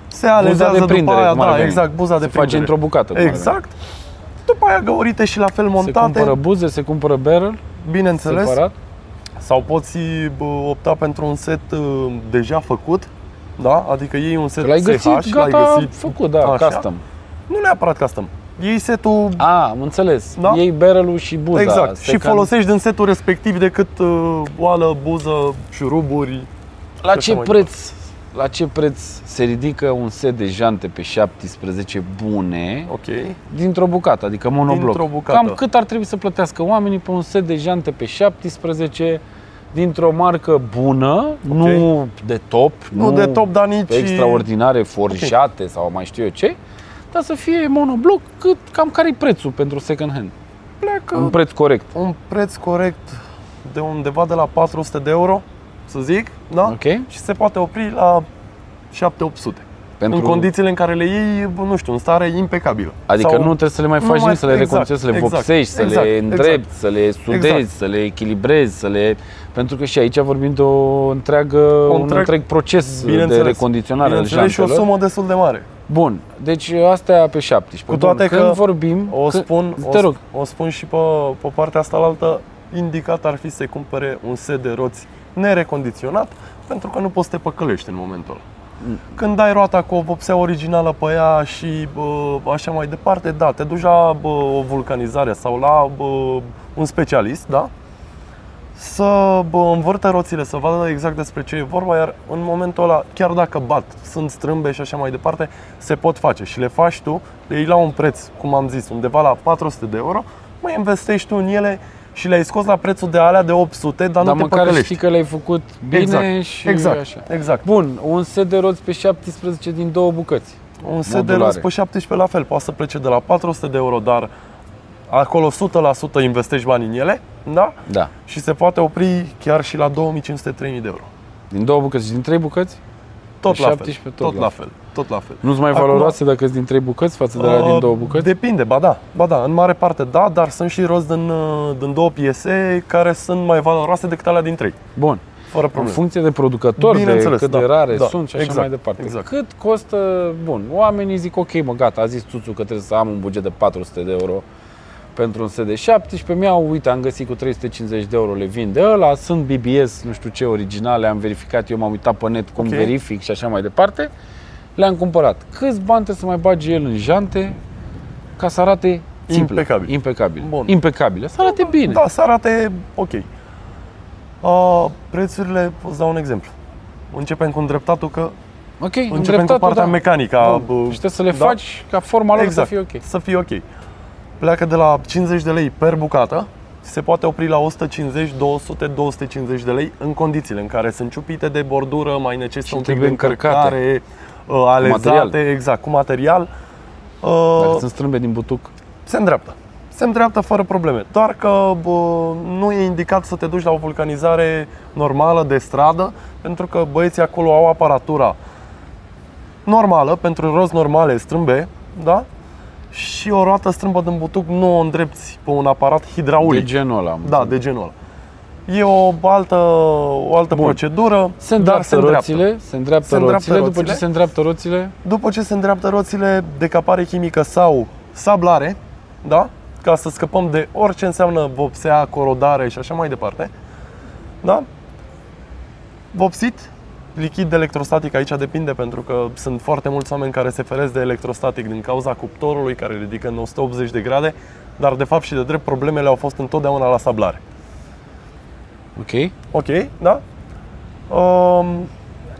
Speaker 2: Se
Speaker 1: Buza
Speaker 2: alezează
Speaker 1: de prindere,
Speaker 2: după aia,
Speaker 1: cum ar
Speaker 2: da,
Speaker 1: veni.
Speaker 2: exact, buza de
Speaker 1: se
Speaker 2: prindere.
Speaker 1: face într-o bucată. cum ar veni.
Speaker 2: Exact. După aia găurite și la fel
Speaker 1: Se
Speaker 2: montate,
Speaker 1: cumpără buze, se cumpără barrel,
Speaker 2: bineînțeles.
Speaker 1: separat.
Speaker 2: Sau poți bă, opta pentru un set uh, deja făcut, da? Adică iei un set
Speaker 1: L-ai
Speaker 2: SH,
Speaker 1: găsit, gata,
Speaker 2: l-ai găsit.
Speaker 1: făcut, da,
Speaker 2: Așa.
Speaker 1: custom.
Speaker 2: Nu neapărat custom. Iei setul
Speaker 1: A, am înțeles.
Speaker 2: Da?
Speaker 1: Iei barrel și buza.
Speaker 2: exact
Speaker 1: Se
Speaker 2: și
Speaker 1: cam-
Speaker 2: folosești din setul respectiv decât uh, oală, buză, șuruburi.
Speaker 1: La
Speaker 2: Cred
Speaker 1: ce
Speaker 2: că mai
Speaker 1: preț? La ce preț se ridică un set de jante pe 17 bune
Speaker 2: Ok.
Speaker 1: dintr-o bucată, adică monobloc?
Speaker 2: Dintr-o bucată.
Speaker 1: Cam cât ar trebui să plătească oamenii pe un set de jante pe 17 dintr-o marcă bună, nu de top,
Speaker 2: Nu, de top, dar nici
Speaker 1: extraordinare, forjate sau mai știu eu ce, dar să fie monobloc, cât, cam care-i prețul pentru second hand?
Speaker 2: pleacă
Speaker 1: Un preț corect.
Speaker 2: un preț corect de undeva de la 400 de euro, să zic, da?
Speaker 1: Ok?
Speaker 2: Și se poate opri la 7-800. În condițiile în care le iei, bă, nu știu, în stare impecabilă.
Speaker 1: Adică nu trebuie să le mai
Speaker 2: nu
Speaker 1: faci
Speaker 2: mai-
Speaker 1: nimic, să le
Speaker 2: exact,
Speaker 1: reconcilezi, să le
Speaker 2: exact,
Speaker 1: vopsești, să
Speaker 2: exact,
Speaker 1: le
Speaker 2: exact.
Speaker 1: îndrepti, să le sudezi,
Speaker 2: Exact.
Speaker 1: să le echilibrezi, să le... Pentru că și aici vorbim de o întreagă, un
Speaker 2: întreg-
Speaker 1: întreg proces de
Speaker 2: Bineînțeles.
Speaker 1: recondiționare al
Speaker 2: Bineînțeles și o
Speaker 1: jantelor.
Speaker 2: sumă destul de mare.
Speaker 1: Bun, deci astea pe 17.
Speaker 2: Cu toate
Speaker 1: Bun,
Speaker 2: că
Speaker 1: când vorbim,
Speaker 2: O
Speaker 1: când-
Speaker 2: spun,
Speaker 1: te
Speaker 2: o,
Speaker 1: rog.
Speaker 2: o spun și pe, pe partea asta la altă, indicat ar fi să cumpere un set de roți nerecondiționat, pentru că nu poți să te păcălești în momentul ăla.
Speaker 1: Mm.
Speaker 2: Când dai roata cu o vopsea originală pe ea și bă, așa mai departe, da, te duci la bă, o vulcanizare sau la bă, un specialist, da? Să bă, învârte roțile, să vadă exact despre ce e vorba, iar în momentul ăla, chiar dacă bat, sunt strâmbe și așa mai departe, se pot face și le faci tu, le iei la un preț, cum am zis, undeva la 400 de euro, mai investești tu în ele și le-ai scos la prețul de alea de 800, dar,
Speaker 1: Dar
Speaker 2: nu te
Speaker 1: măcar
Speaker 2: păcălești.
Speaker 1: știi că le-ai făcut bine
Speaker 2: exact,
Speaker 1: și
Speaker 2: exact,
Speaker 1: așa.
Speaker 2: exact.
Speaker 1: Bun, un set de roți pe 17 din două bucăți.
Speaker 2: Un set de
Speaker 1: Modulare.
Speaker 2: rost pe 17 la fel, poate să plece de la 400 de euro, dar acolo 100% investești bani în ele, da?
Speaker 1: Da.
Speaker 2: Și se poate opri chiar și la 2500-3000 de euro.
Speaker 1: Din două bucăți și din trei bucăți?
Speaker 2: Tot
Speaker 1: Pe
Speaker 2: la fel.
Speaker 1: 17
Speaker 2: Tot la fel. Tot la fel.
Speaker 1: Nu-ți mai
Speaker 2: Acum-
Speaker 1: valoroase dacă sunt din trei bucăți față de alea din
Speaker 2: Uh,
Speaker 1: două bucăți?
Speaker 2: Depinde, ba da, ba da, în mare parte da, dar sunt și rost din, uh, din două piese care sunt mai valoroase decât alea din trei,
Speaker 1: Bun.
Speaker 2: fără
Speaker 1: În
Speaker 2: probleme.
Speaker 1: funcție de producător, de
Speaker 2: Bineînțeles,
Speaker 1: cât
Speaker 2: da,
Speaker 1: de rare
Speaker 2: da,
Speaker 1: sunt și așa
Speaker 2: exact,
Speaker 1: mai departe.
Speaker 2: exact.
Speaker 1: Cât costă, bun, oamenii zic, ok, mă, gata, a zis Tuțu că trebuie să am un buget de 400 de euro pentru un set de 17, mi-au, uite, am găsit cu 350 de euro, le vin de ăla, sunt BBS, nu știu ce, originale, am verificat, eu m-am uitat pe net cum
Speaker 2: Ok.
Speaker 1: verific și așa mai departe, le-am cumpărat. Câți bani trebuie să mai bage el în jante ca să arate simplă,
Speaker 2: Impecabil.
Speaker 1: impecabil,
Speaker 2: Bun.
Speaker 1: impecabil, să arate bine.
Speaker 2: Da, să arate ok. Uh, prețurile, îți dau un exemplu. Începem cu îndreptatul că
Speaker 1: Ok,
Speaker 2: începem cu
Speaker 1: îndreptatul,
Speaker 2: partea
Speaker 1: da.
Speaker 2: mecanică. a,
Speaker 1: Bun.
Speaker 2: bă,
Speaker 1: Și trebuie să le
Speaker 2: da? Exact.
Speaker 1: faci ca forma lor să fie ok.
Speaker 2: Să fie ok. Pleacă de la 50 de lei per bucată, se poate opri la 150, 200, 250 de lei în condițiile în care sunt ciupite de bordură, mai necesită un pic de
Speaker 1: trebuie încărcate.
Speaker 2: încărcare, uh, alezate,
Speaker 1: material.
Speaker 2: exact, cu material.
Speaker 1: Dacă
Speaker 2: Uh,
Speaker 1: sunt strâmbe din butuc,
Speaker 2: se îndreaptă. Se îndreaptă fără probleme, doar că bă, nu e indicat să te duci la o vulcanizare normală de stradă, pentru că băieții acolo au aparatura normală, pentru roz normale, strâmbe, da? Și o roată strâmbă din butuc nu o îndrepti pe un aparat hidraulic.
Speaker 1: de genul ăla. am
Speaker 2: da,
Speaker 1: înțeles.
Speaker 2: de genul ăla. E o altă, o altă
Speaker 1: Bun.
Speaker 2: procedură,
Speaker 1: se
Speaker 2: dar
Speaker 1: îndreaptă
Speaker 2: se îndreaptă.
Speaker 1: roțile, se îndreaptă,
Speaker 2: Se îndreaptă
Speaker 1: roțile, după
Speaker 2: roțile.
Speaker 1: ce se îndreaptă roțile,
Speaker 2: După ce se îndreaptă roțile, decapare chimică sau sablare, da? Ca să scăpăm de orice înseamnă vopsea, corodare și așa mai departe. Da? Vopsit, lichid electrostatic aici depinde pentru că sunt foarte mulți oameni care se feresc de electrostatic din cauza cuptorului care ridică în 180 de grade, dar de fapt și de drept problemele au fost întotdeauna la sablare.
Speaker 1: ok?
Speaker 2: Ok, da? Um,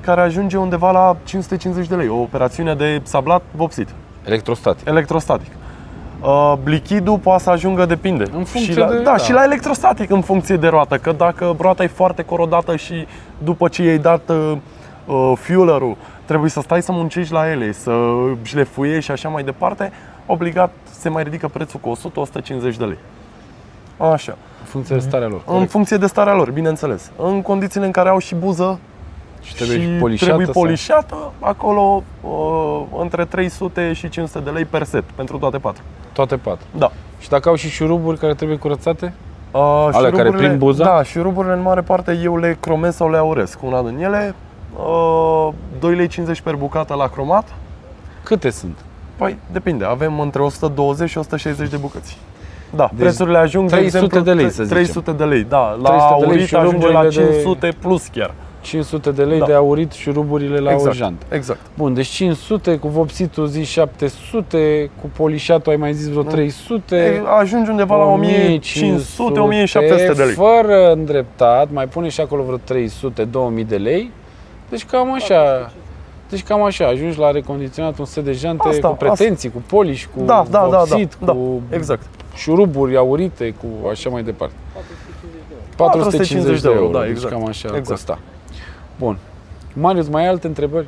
Speaker 2: care ajunge undeva la 550 de lei, o operațiune de sablat vopsit
Speaker 1: Electrostatic.
Speaker 2: electrostatic. Uh, lichidul poate să ajungă, depinde.
Speaker 1: În funcție
Speaker 2: și la,
Speaker 1: de-
Speaker 2: da,
Speaker 1: da.
Speaker 2: și la electrostatic în funcție de roată, că dacă roata e foarte corodată și după ce i-ai dat uh, uh, fuelerul, trebuie să stai să muncești la ele, să șlefuiești și așa mai departe, obligat se mai ridică prețul cu 100-150 de lei. Așa.
Speaker 1: În funcție de starea lor.
Speaker 2: Mhm. În
Speaker 1: corect.
Speaker 2: funcție de starea lor, bineînțeles. În condițiile în care au și buză
Speaker 1: și trebuie
Speaker 2: și
Speaker 1: și polișată.
Speaker 2: trebuie
Speaker 1: sau-
Speaker 2: polișată, acolo uh, între 300 și 500 de lei per set, pentru toate patru.
Speaker 1: Toate patru.
Speaker 2: Da.
Speaker 1: Și dacă au și șuruburi care trebuie curățate?
Speaker 2: Uh,
Speaker 1: care
Speaker 2: șuruburile-
Speaker 1: prind buza?
Speaker 2: Da, și ruburile în mare parte eu le cromez sau le auresc. Una din ele, uh, 2,50 lei per bucată la cromat.
Speaker 1: Câte sunt?
Speaker 2: Păi, depinde, avem între 120 și 160 de bucăți. Da,
Speaker 1: Deci,
Speaker 2: prețurile ajung
Speaker 1: 300
Speaker 2: de, exemplu,
Speaker 1: de lei, să zicem.
Speaker 2: 300 de lei, da.
Speaker 1: 300
Speaker 2: La
Speaker 1: de lei
Speaker 2: aurit
Speaker 1: și
Speaker 2: ajunge la
Speaker 1: ruburile de-
Speaker 2: 500 plus chiar.
Speaker 1: 500 de lei
Speaker 2: Da.
Speaker 1: de aurit șuruburile la o jantă.
Speaker 2: exact.
Speaker 1: Bun, deci 500, cu vopsitul zi 700, cu polișatul ai mai zis
Speaker 2: Mhm.
Speaker 1: vreo 300.
Speaker 2: E, Ajungi undeva la 1500-1700 de lei.
Speaker 1: Fără îndreptat, mai pune și acolo vreo 300, 2000 de lei. Deci cam așa. Deci cam așa, ajungi la recondiționat un set de jante
Speaker 2: Asta,
Speaker 1: cu pretenții, cu poliș, cu
Speaker 2: Da, da, da, da,
Speaker 1: vopsit,
Speaker 2: da,
Speaker 1: cu
Speaker 2: exact.
Speaker 1: șuruburi aurite, cu așa mai departe.
Speaker 3: 450 de euro.
Speaker 1: 450 de euro,
Speaker 2: da,
Speaker 1: deci
Speaker 2: exact.
Speaker 1: cam așa
Speaker 2: Exact.
Speaker 1: costa. Bun. Marius, mai ai alte întrebări?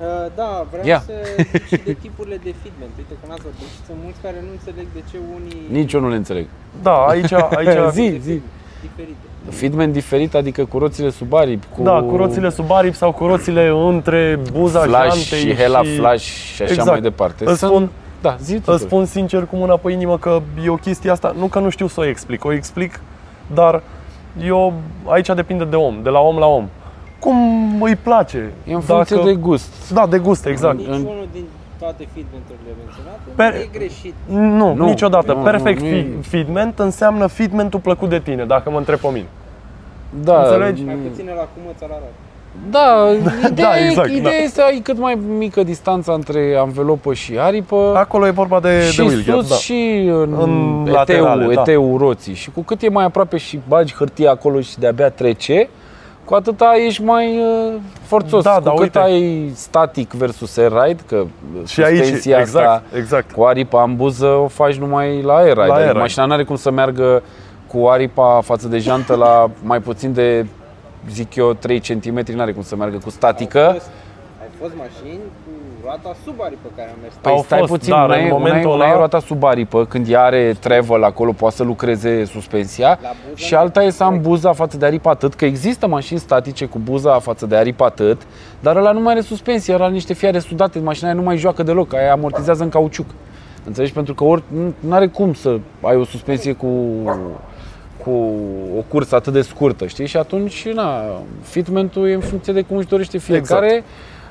Speaker 3: Uh, da, vreau
Speaker 1: Ia. [laughs]
Speaker 3: să zic și de tipurile de fitment. Uite că n-ați vorbit și sunt mulți care nu înțeleg de ce unii
Speaker 1: Nici eu nu le înțeleg.
Speaker 2: Da, aici, aici
Speaker 1: [laughs] Zi, zi.
Speaker 3: diferite.
Speaker 1: Fitment diferit, adică cu roțile sub aripi, cu,
Speaker 2: Da, cu roțile sub aripi sau cu roțile între buza
Speaker 1: flash
Speaker 2: geantei
Speaker 1: Da, și hela flash și așa
Speaker 2: Exact.
Speaker 1: mai departe.
Speaker 2: Îți
Speaker 1: Sunt-
Speaker 2: spun-
Speaker 1: da, zi tu.
Speaker 2: Îți spun sincer cu mâna pe inimă că eu chestia asta, nu că nu știu să o explic, o explic, dar eu, aici depinde de om, de la om la om. Cum îi place.
Speaker 1: E în funcție
Speaker 2: dacă-
Speaker 1: de gust.
Speaker 2: Da, de gust, exact.
Speaker 1: În-
Speaker 3: Niciunul din toate fitmenturile menționate
Speaker 2: Per-
Speaker 3: nu e greșit.
Speaker 2: Nu,
Speaker 1: Nu,
Speaker 2: niciodată.
Speaker 1: nu,
Speaker 2: Perfect
Speaker 1: nu, nu e-
Speaker 2: fi- fitment înseamnă fitmentul plăcut de tine, dacă mă întreb pe mine.
Speaker 1: Da,
Speaker 2: înțelegi?
Speaker 3: Mai puțin la cum îți arată.
Speaker 1: [laughs] Da, ideea,
Speaker 2: da, exact,
Speaker 1: e, ideea
Speaker 2: da.
Speaker 1: este să ai cât mai mică distanța între anvelopă și aripă.
Speaker 2: Acolo e vorba de,
Speaker 1: și
Speaker 2: de wheel gap,
Speaker 1: sus
Speaker 2: da.
Speaker 1: și în,
Speaker 2: În
Speaker 1: eteu,
Speaker 2: laterale, da.
Speaker 1: eteu roții. Și cu cât e mai aproape și bagi hârtie acolo și de-abia trece, cu atâta ești mai uh, forțos.
Speaker 2: Da,
Speaker 1: cu
Speaker 2: da,
Speaker 1: cât
Speaker 2: uite.
Speaker 1: ai static versus air ride, că
Speaker 2: Și aici,
Speaker 1: suspensia
Speaker 2: exact,
Speaker 1: asta
Speaker 2: exact.
Speaker 1: cu aripa în buză o faci numai la air ride.
Speaker 2: air
Speaker 1: adică
Speaker 2: ride.
Speaker 1: mașina nu are cum să meargă cu aripa față de jantă la mai puțin de zic eu, 3 cm n-are cum să meargă cu
Speaker 3: Au
Speaker 1: statică.
Speaker 3: fost, ai fost mașini cu roata sub aripă care am mers.
Speaker 1: Păi
Speaker 2: Au
Speaker 1: stai
Speaker 2: fost,
Speaker 1: puțin,
Speaker 2: dar
Speaker 1: una
Speaker 2: în
Speaker 1: e-
Speaker 2: momentul
Speaker 1: una e,
Speaker 2: ăla-
Speaker 1: roata sub aripă, când ea are travel acolo, poate să lucreze suspensia
Speaker 3: La buză
Speaker 1: și
Speaker 3: nu.
Speaker 1: alta e să am buza față de aripă atât, că există mașini statice cu buza față de aripă atât, dar ăla nu mai are suspensie, ăla are niște fiare sudate, mașina aia nu mai joacă deloc, aia amortizează în cauciuc. Înțelegi? Pentru că ori nu are cum să ai o suspensie cu cu o cursă atât de scurtă, știi? Și atunci, na, fitmentul e în funcție de cum își dorește fiecare. Exact.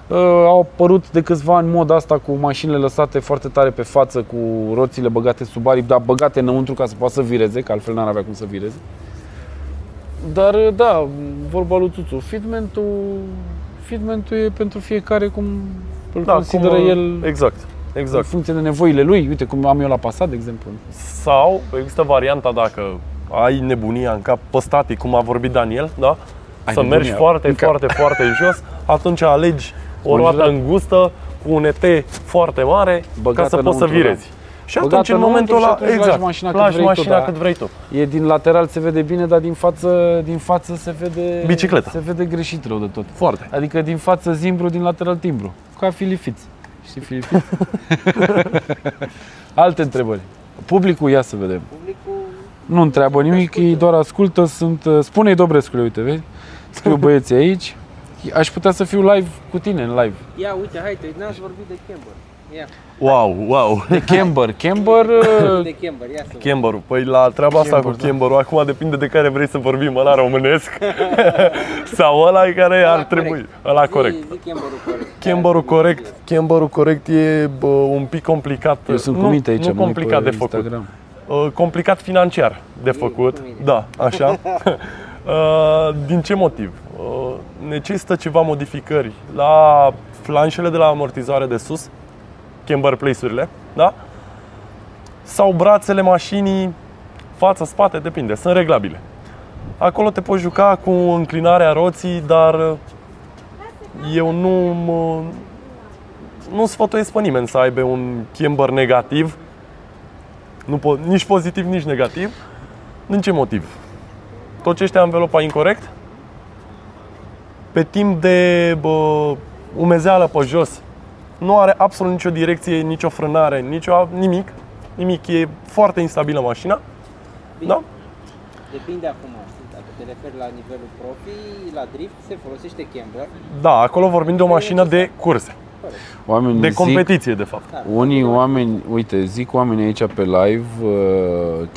Speaker 1: Uh, au apărut de câțiva ani moda asta cu mașinile lăsate foarte tare pe față, cu roțile băgate sub aripi, dar băgate înăuntru ca să poată să vireze, că altfel n-ar avea cum să vireze. Dar, uh, da, vorba lui Tuțu, fitmentul, fitmentul e pentru fiecare cum îl da,
Speaker 2: Da,
Speaker 1: consideră cum,
Speaker 2: cum,
Speaker 1: el exact.
Speaker 2: Exact,
Speaker 1: în
Speaker 2: exact.
Speaker 1: funcție de nevoile lui. Uite cum am eu la Passat, de exemplu.
Speaker 2: Sau există varianta dacă ai nebunia în cap păstatic, cum a vorbit Daniel, da?
Speaker 1: Ai
Speaker 2: să
Speaker 1: nebunia
Speaker 2: mergi foarte,
Speaker 1: în cap.
Speaker 2: foarte, foarte jos, atunci alegi o
Speaker 1: Înjurat.
Speaker 2: roată îngustă cu un ET foarte mare
Speaker 1: Băgată
Speaker 2: ca să poți să
Speaker 1: înăuntru, da.
Speaker 2: virezi. Și
Speaker 1: Băgată
Speaker 2: atunci, în
Speaker 1: înăuntru
Speaker 2: momentul
Speaker 1: și
Speaker 2: ăla,
Speaker 1: atunci lași
Speaker 2: exact,
Speaker 1: mașina cât
Speaker 2: lași
Speaker 1: vrei tu,
Speaker 2: mașina
Speaker 1: da.
Speaker 2: cât vrei tu.
Speaker 1: E din lateral se vede bine, dar din față, din față se vede
Speaker 2: Bicicleta.
Speaker 1: Se vede greșit rău de tot.
Speaker 2: Foarte.
Speaker 1: Adică din față zimbru, din lateral timbru. Ca filifiți. Știi
Speaker 2: [laughs]
Speaker 1: filifiți? Alte întrebări. Publicul, ia să vedem.
Speaker 3: Publicul
Speaker 1: Nu întreabă nimic, ei doar ascultă, sunt... uh, Spune-i Dobrescule, uite, vezi? [laughs] Scriu băieții aici. Aș putea să fiu live cu tine, în live.
Speaker 3: Ia uite, hai, te, n-ați vorbit de Camber. Ia,
Speaker 2: Wow, wow.
Speaker 1: De Camber. Camber...
Speaker 3: [laughs]
Speaker 1: uh,
Speaker 3: de Camber, ia să vedem.
Speaker 2: Camberul. Păi la treaba asta
Speaker 1: Camber,
Speaker 2: cu
Speaker 1: da.
Speaker 2: camberul, acum depinde de care vrei să vorbim, ăla românesc [laughs] sau ăla care ar
Speaker 3: corect.
Speaker 2: trebui. Ăla corect.
Speaker 3: Zi, zi Camberul corect.
Speaker 2: Camberul corect, camberul corect e bă, un pic complicat.
Speaker 1: [laughs] Eu sunt
Speaker 2: nu,
Speaker 1: cu minte aici,
Speaker 2: nu
Speaker 1: am venit pe
Speaker 2: complicat de făcut.
Speaker 1: Instagram.
Speaker 2: Uh, complicat financiar de făcut.
Speaker 3: cu mine.
Speaker 2: Da, așa. [laughs] Uh, Din ce motiv? Uh, Necesită ceva modificări la flanșele de la amortizoare de sus, camber place-urile, da? Sau brațele mașinii, față, spate, depinde, sunt reglabile. Acolo te poți juca cu înclinarea roții, dar uh, eu nu mă, nu sfătuiesc pe nimeni să aibă un camber negativ, nu po- nici pozitiv, nici negativ. Din ce motiv? Tot ce este anvelopa incorrect, pe timp de bă, umezeală pe jos, nu are absolut nicio direcție, nicio frânare, nicio, nimic. Nimic, e foarte instabilă mașina,
Speaker 3: Bine,
Speaker 2: da?
Speaker 3: Depinde acum, știi, dacă te referi la nivelul profi, la drift se folosește Camber.
Speaker 2: Da, acolo vorbim de o mașină de curse,
Speaker 1: Oamenii
Speaker 2: de
Speaker 1: zic,
Speaker 2: competiție, de fapt.
Speaker 1: Unii oameni, uite, zic oamenii aici pe live, uh,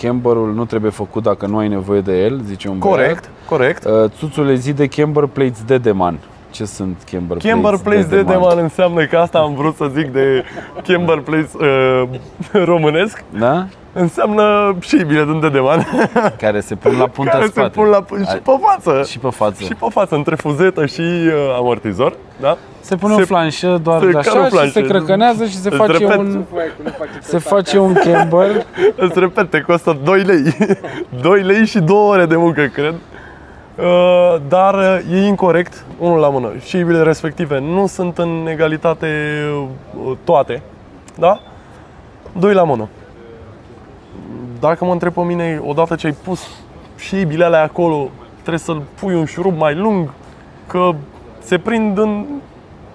Speaker 1: camberul nu trebuie făcut dacă nu ai nevoie de el, zice un
Speaker 2: Corect, corect.
Speaker 1: băiat. Uh, Țuțule zi de camber plates de deman. Ce sunt camber plates
Speaker 2: Camber Place de Deman înseamnă că asta am vrut să zic de Camber Place uh, [laughs] românesc.
Speaker 1: Da?
Speaker 2: Înseamnă și bile din Dedeman
Speaker 1: Care se pun [laughs] la punta
Speaker 2: care se
Speaker 1: spate.
Speaker 2: pun la, și pe față.
Speaker 1: și pe față.
Speaker 2: Și pe față, între fuzetă și uh, amortizor, da?
Speaker 1: se pune
Speaker 2: se-
Speaker 1: o flanșă doar
Speaker 2: se
Speaker 1: de
Speaker 2: care o
Speaker 1: așa și
Speaker 2: flanșă.
Speaker 1: se crăcănează și se
Speaker 2: Îți
Speaker 1: face
Speaker 2: repet.
Speaker 1: un...
Speaker 3: Voi, cum nu faci
Speaker 1: Se face un camber.
Speaker 2: [laughs] Îți repet, te costă 2 lei. [laughs] 2 lei și 2 ore de muncă, cred. Uh, Dar uh, e incorrect, unul la mână. Și bile respective nu sunt în egalitate uh, toate, da? Doi la mână. Dacă mă întreb pe mine, odată ce ai pus și bile alea acolo, trebuie să-l pui un șurub mai lung, că se prind în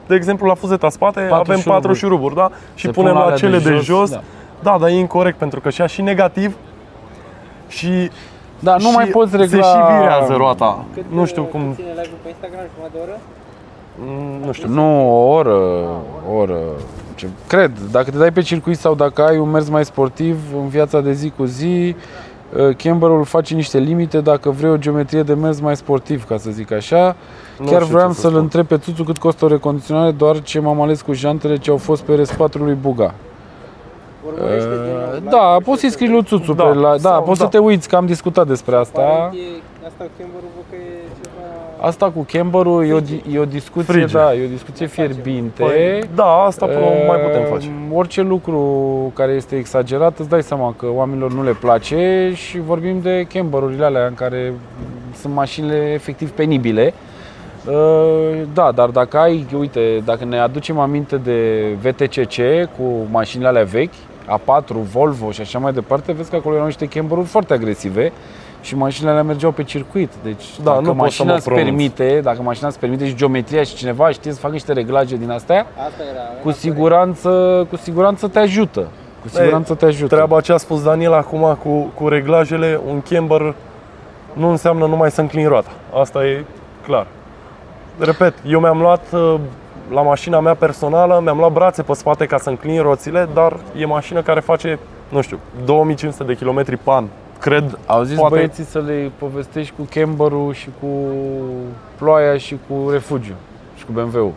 Speaker 2: de exemplu, la fuzeta spate
Speaker 1: Patru
Speaker 2: avem patru
Speaker 1: șuruburi.
Speaker 2: șuruburi, da? Și
Speaker 1: Se
Speaker 2: punem
Speaker 1: pun
Speaker 2: la
Speaker 1: alea
Speaker 2: cele de jos.
Speaker 1: da.
Speaker 2: da, dar e incorrect pentru că și și negativ și
Speaker 1: Da, nu
Speaker 2: și
Speaker 1: mai poți regla...
Speaker 2: Se și virează roata.
Speaker 3: Cât,
Speaker 2: nu știu
Speaker 3: uh,
Speaker 2: cum,
Speaker 3: Ține live-ul pe Instagram jumătate de oră?
Speaker 2: mm, nu știu.
Speaker 1: Nu, o oră, o oră. Ce, cred, dacă te dai pe circuit sau dacă ai un mers mai sportiv în viața de zi cu zi, uh, Camberul face niște limite dacă vrei o geometrie de mers mai sportiv, ca să zic așa.
Speaker 2: Nu
Speaker 1: Chiar
Speaker 2: știu
Speaker 1: vreau
Speaker 2: ce să
Speaker 1: să-l
Speaker 2: spun.
Speaker 1: întreb pe Tuțu cât costă o recondiționare, doar ce m-am ales cu jantele ce au fost pe RS4 lui Buga.
Speaker 3: Urmărește din nou
Speaker 1: Uh,
Speaker 3: live-ul
Speaker 1: Da, poți
Speaker 3: și
Speaker 1: să-i
Speaker 3: o să
Speaker 1: scrii
Speaker 3: vezi.
Speaker 1: lui Tuțu
Speaker 2: Da,
Speaker 1: pe la... Da,
Speaker 2: sau-
Speaker 1: poți
Speaker 2: da. Păi,
Speaker 1: să te uiți, că am discutat despre asta.
Speaker 3: Aparent e- Asta cu Camber-ul văd că e ceva...
Speaker 1: Asta cu Camberul e o, di- e o discuție,
Speaker 2: Frige.
Speaker 1: da, e o discuție fierbinte.
Speaker 2: Păi, da, asta până la urmă mai putem
Speaker 1: Uh,
Speaker 2: face.
Speaker 1: Orice lucru care este exagerat, îți dai seama că oamenilor nu le place și vorbim de camberurile alea în care sunt mașinile efectiv penibile. Uh, Da, dar dacă ai, uite, dacă ne aducem aminte de VTCC cu mașinile alea vechi, A4, Volvo și așa mai departe, vezi că acolo erau niște camberuri foarte agresive și mașinile alea mergeau pe circuit. Deci
Speaker 2: Da,
Speaker 1: dacă
Speaker 2: nu pot să
Speaker 1: mașina
Speaker 2: mă
Speaker 1: îți
Speaker 2: pronunț.
Speaker 1: permite, dacă mașina îți permite și geometria și cineva știe să facă niște reglaje din astea,
Speaker 3: Asta era. era
Speaker 1: cu
Speaker 3: corect.
Speaker 1: siguranță, cu siguranță te ajută. Cu siguranță te ajută.
Speaker 2: Treaba ce a spus Daniel acum cu, cu reglajele, un camber nu înseamnă numai să înclin roata. Asta e clar. Repet, eu mi-am luat uh, la mașina mea personală, mi-am luat brațe pe spate ca să înclin roțile, dar e mașină care face, nu știu, 2500 de kilometri pan. Cred,
Speaker 1: Au zis
Speaker 2: poate-
Speaker 1: băieții să le povestești cu camberul și cu ploaia și cu refugiu și cu BMW-ul.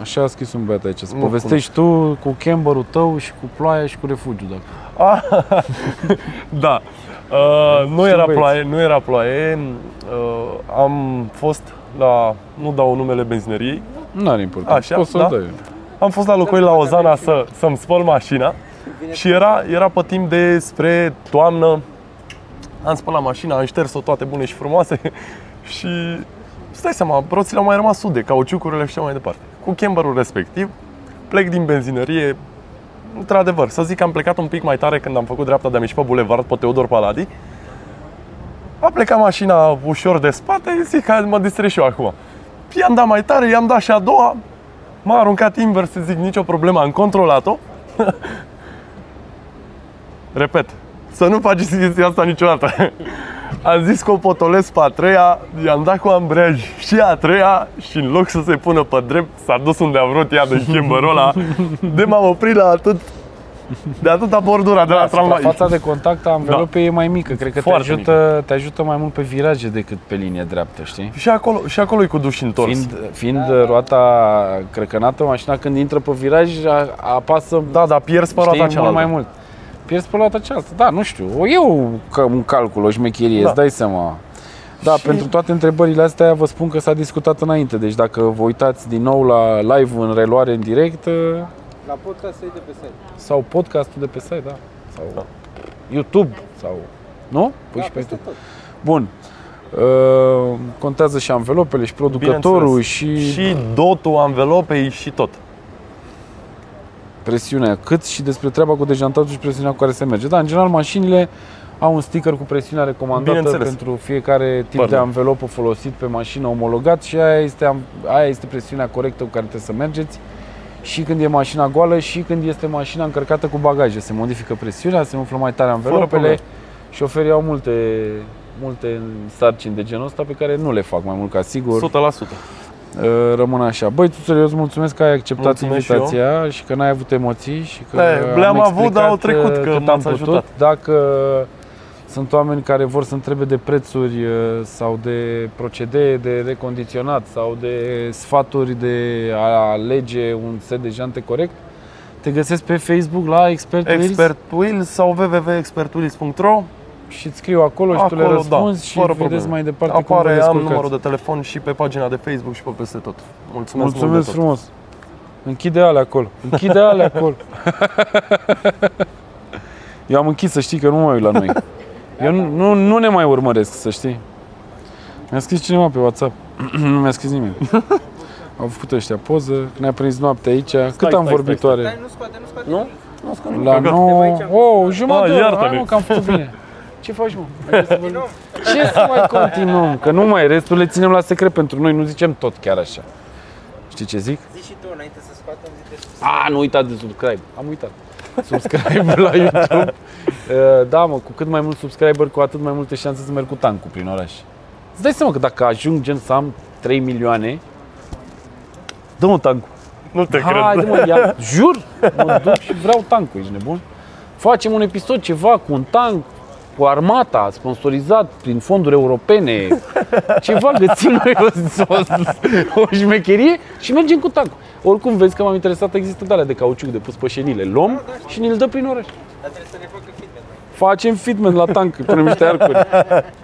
Speaker 1: Așa a scris un băiat aici, să
Speaker 2: Nu
Speaker 1: povestești tu cu camberul tău și cu ploaia și cu refugiu. Dacă...
Speaker 2: Ah, da. Uh, nu,
Speaker 1: Știu,
Speaker 2: era
Speaker 1: băieți.
Speaker 2: ploaie, nu era ploaie. Uh, am fost la... Nu dau numele benzineriei.
Speaker 1: Nu are importanță,
Speaker 2: Așa,
Speaker 1: poți să
Speaker 2: da?
Speaker 1: dai.
Speaker 2: Am fost la locuit la Ozana să, să-mi spăl mașina
Speaker 3: Vine
Speaker 2: și era, era pe timp de spre toamnă. Am spălat mașina, am șters-o toate bune și frumoase [laughs] și stai seama, roțile au mai rămas ude, cauciucurile și așa mai departe. Cu camberul respectiv, plec din benzinărie, într-adevăr, să zic că am plecat un pic mai tare când am făcut dreapta de a mișca bulevard pe Teodor Paladi. A plecat mașina ușor de spate, zic că mă distrez și eu acum. I-am dat mai tare, i-am dat și a doua, m-a aruncat invers, să zic, nicio problemă, am controlat-o. [laughs] Repet, să nu faci chestia asta niciodată. [laughs] Am zis că o potolesc pe a treia, i-am dat cu ambreaj și a treia și în loc să se pună pe drept, s-a dus unde a vrut ea de chemărul ăla. De m-am oprit la atât, de atâta bordura de la
Speaker 1: La
Speaker 2: tramvai.
Speaker 1: fața de contact a anvelopei e mai mică, cred că te
Speaker 2: Foarte
Speaker 1: ajută, te ajută mai mult pe viraje decât pe linie dreaptă, știi?
Speaker 2: Și acolo, și acolo e cu duș întors.
Speaker 1: Fiind, fiind roata crecănată, mașina când intră pe viraj a- apasă
Speaker 2: Da, dar pierzi pe
Speaker 1: știi,
Speaker 2: roata
Speaker 1: mult
Speaker 2: cealaltă.
Speaker 1: mai mult. Pierzi pe roata cealaltă. Da, nu știu. O eu ca un calcul, o șmecherie,
Speaker 2: Da.
Speaker 1: îți dai seama. Da,
Speaker 2: Și-
Speaker 1: pentru toate întrebările astea vă spun că s-a discutat înainte. Deci dacă vă uitați din nou la live în reluare în direct eh,
Speaker 3: La podcast să uite pe site.
Speaker 1: sau podcastul de pe site, da, sau YouTube sau nu? Pui
Speaker 3: Da,
Speaker 1: Păi și pe
Speaker 3: peste
Speaker 1: YouTube.
Speaker 3: tot.
Speaker 1: Bun. Uh, contează și anvelopele și producătorul
Speaker 2: Bineînțeles.
Speaker 1: și,
Speaker 2: Și dotul anvelopei și tot.
Speaker 1: presiunea, cât și despre treaba cu dejantatul și presiunea cu care se merge. Da, în general, mașinile au un sticker cu presiunea recomandată
Speaker 2: Bineînțeles.
Speaker 1: pentru fiecare tip
Speaker 2: Pardon.
Speaker 1: de anvelopă folosit pe mașină omologat și aia este, am- aia este presiunea corectă cu care trebuie să mergeți și când e mașina goală și când este mașina încărcată cu bagaje. Se modifică presiunea, se umflă mai tare anvelopele
Speaker 2: probleme.
Speaker 1: și oferii au multe, multe sarcini de genul ăsta pe care nu le fac mai mult ca sigur.
Speaker 2: 100%.
Speaker 1: Uh, Rămâne așa. Băi, tu eu îți mulțumesc că ai acceptat
Speaker 2: Mulțumesc și eu.
Speaker 1: invitația și, că n-ai avut emoții și că
Speaker 2: Da,
Speaker 1: am
Speaker 2: le-am avut, dar au
Speaker 1: explicat,
Speaker 2: trecut,
Speaker 1: uh,
Speaker 2: că
Speaker 1: cât am
Speaker 2: m-ați
Speaker 1: putut.
Speaker 2: ajutat.
Speaker 1: Dacă sunt oameni care vor să întrebe de prețuri uh, sau de procedee de recondiționat sau de sfaturi de a alege un set de jante corect, te găsesc pe Facebook la Expert, Wheels
Speaker 2: Expert Wheels sau www.expertwheels.ro
Speaker 1: și îți scriu acolo și tu le
Speaker 2: Acolo, da,
Speaker 1: răspunzi și
Speaker 2: fără
Speaker 1: vedeți
Speaker 2: probleme.
Speaker 1: mai departe cum vă
Speaker 2: Apare, am
Speaker 1: descurcați.
Speaker 2: numărul de telefon și pe pagina de Facebook și pe peste tot. Mulțumesc,
Speaker 1: Mulțumesc,
Speaker 2: mult de tot.
Speaker 1: frumos. Închide ale acolo. Închide ale acolo. Eu am închis, să știi că nu mai uit la noi. Eu nu, nu, nu ne mai urmăresc, să știi. Mi-a scris cineva pe WhatsApp. [clears throat] nu mi-a scris nimeni. Au făcut ăștia poză, ne-a prins noapte aici. Cât am
Speaker 2: stai,
Speaker 1: vorbit
Speaker 2: stai,
Speaker 1: oare?
Speaker 3: Dar nu scoate, nu scoate.
Speaker 1: Nu?
Speaker 2: că
Speaker 1: La
Speaker 2: gata.
Speaker 1: 9...
Speaker 3: Suntem aici.
Speaker 1: Oh, jumătate de
Speaker 2: Ah,
Speaker 1: oră.
Speaker 2: iartă-ne.
Speaker 1: Hai mă, că am făcut bine. Ce faci, mă? Hai să vorbim. Ce să mai continuăm? Că nu mai, restul le ținem la secret pentru noi, nu zicem tot chiar așa. Știi ce zic?
Speaker 3: Zici și tu înainte să scoatem, zi de sus.
Speaker 1: A, nu uita de subscribe. Am [laughs] uitat. Subscribe la [laughs] YouTube. Uh, Da, mă, cu cât mai mult subscriber, cu atât mai multe șanse să merg cu tancul prin oraș. Îți dai seama că dacă ajung gen să am 3 milioane, dă-mă tancul.
Speaker 2: Nu te
Speaker 1: Hai,
Speaker 2: cred.
Speaker 1: mă, ia, jur, mă duc și vreau tancul, ești nebun? Facem un episod ceva cu un tank, cu armata, sponsorizat prin fonduri europene, ceva găsim noi o, o, o șmecherie și mergem cu tancul. Oricum, vezi că m-am interesat, există de alea de cauciuc de pus pe șenile. Luăm și ne-l dă prin oraș.
Speaker 3: Dar trebuie să ne facă feedback.
Speaker 1: Facem fitment la tank, punem niște arcuri.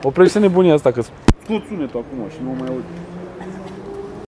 Speaker 1: Oprește nebunia asta, că tot sunetul acum și nu mă mai aud.